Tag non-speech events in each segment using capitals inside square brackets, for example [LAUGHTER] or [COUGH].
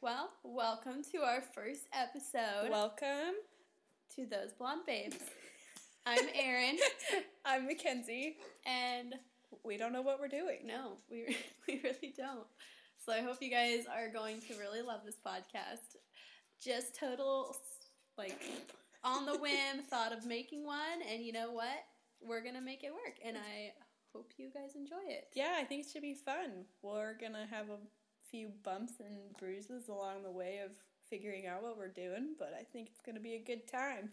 Well, welcome to our first episode Welcome. to Those Blonde Babes. I'm Erin, [LAUGHS] I'm Mackenzie. and We don't know what we're doing. no, we, [LAUGHS] we really don't. So I hope you guys are going to really love this podcast. Just total, like, on the [LAUGHS] whim, thought of making one, and you know what? We're gonna make it work, and I hope you guys enjoy it. Yeah, I think it should be fun. We're gonna have a few bumps and bruises along the way of figuring out what we're doing, but I think it's gonna be a good time.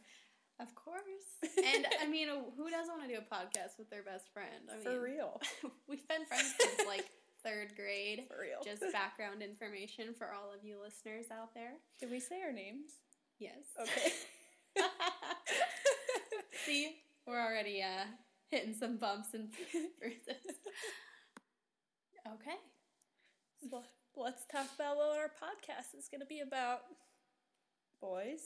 Of course. [LAUGHS] And I mean, who doesn't want to do a podcast with their best friend? I mean, For [LAUGHS] real. We've been friends since like third grade. For real. Just background information for all of you listeners out there. Did we say [LAUGHS] our names? Yes. Okay. [LAUGHS] [LAUGHS] See, we're already uh, hitting some bumps and [LAUGHS] bruises. Okay. so let's talk about what our podcast is gonna be about. Boys.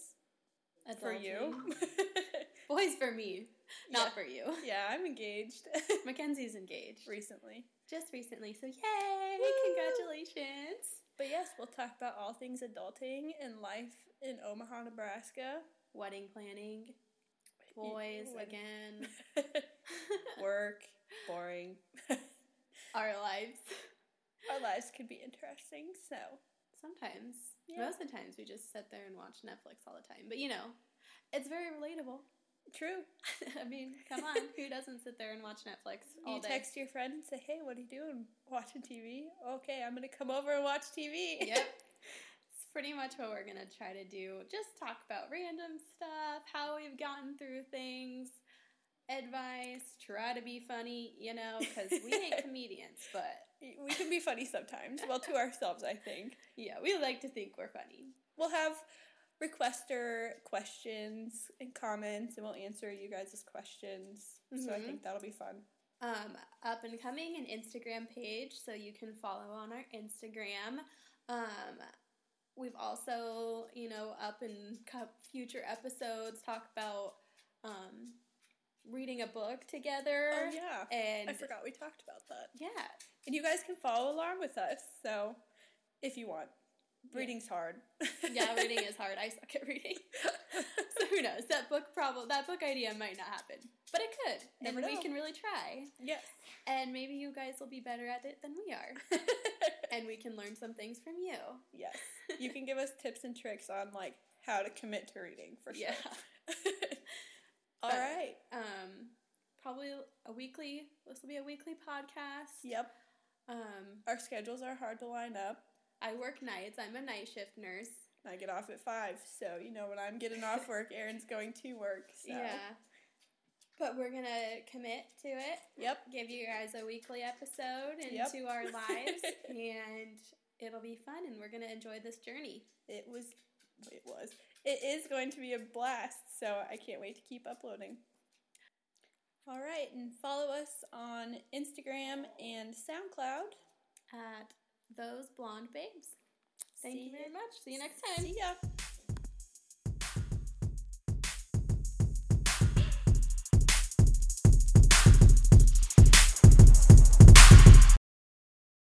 For you. [LAUGHS] Adulting. Boys for me, not Yeah. for you. [LAUGHS] yeah, I'm engaged [LAUGHS] Mackenzie's engaged recently. just recently, so yay! Woo. Congratulations. But yes, we'll talk about all things adulting and life in Omaha, Nebraska. Wedding planning, boys When- again, [LAUGHS] [LAUGHS] Work, boring. our lives. Our lives could be interesting, so Sometimes. Yeah. Most of the times we just sit there and watch Netflix all the time. But you know, it's very relatable. [LAUGHS] true. I mean, come [LAUGHS] on, who doesn't sit there and watch Netflix all you day? text your friend and say, "Hey, what are you doing? Watching TV? Okay, I'm gonna come over and watch TV." yep. It's pretty much what we're gonna try to do. Just talk about random stuff, how we've gotten through things, advice, try to be funny, you know, because we ain't [LAUGHS] comedians, but [LAUGHS] we can be funny sometimes. Well, to ourselves, I think. yeah, we like to think we're funny. We'll have requester questions and comments, and we'll answer you guys' questions. So I Mhm. think that'll be fun. um, up and coming an Instagram page, so you can follow on our Instagram. Um, we've also, you know, up in co- future episodes talk about um, reading a book together. Oh yeah, And I forgot we talked about that. yeah, And you guys can follow along with us, so if you want. Reading's hard. yeah, reading is hard. I suck at reading, [LAUGHS] so who knows? That book problem, that book idea might not happen, but it could, Never and we know. can really try. yes. And maybe you guys will be better at it than we are, [LAUGHS] and we can learn some things from you. Yes. You can give us tips and tricks on like how to commit to reading for sure. Yeah. [LAUGHS] All But- right. um, probably a weekly. This will be a weekly podcast. Yep. Um, Our schedules are hard to line up. I work nights. I'm a night shift nurse. I get off at five, so you know when I'm getting off [LAUGHS] work, Erin's going to work. So. Yeah. But we're gonna commit to it. Yep. Give you guys a weekly episode into Yep. [LAUGHS] our lives, and it'll be fun. And we're gonna enjoy this journey. It was. It was. It is going to be a blast. So I can't wait to keep uploading. All right, and follow us on Instagram and SoundCloud. At those blonde babes. Thank See you very ya. much. See you next time. See ya.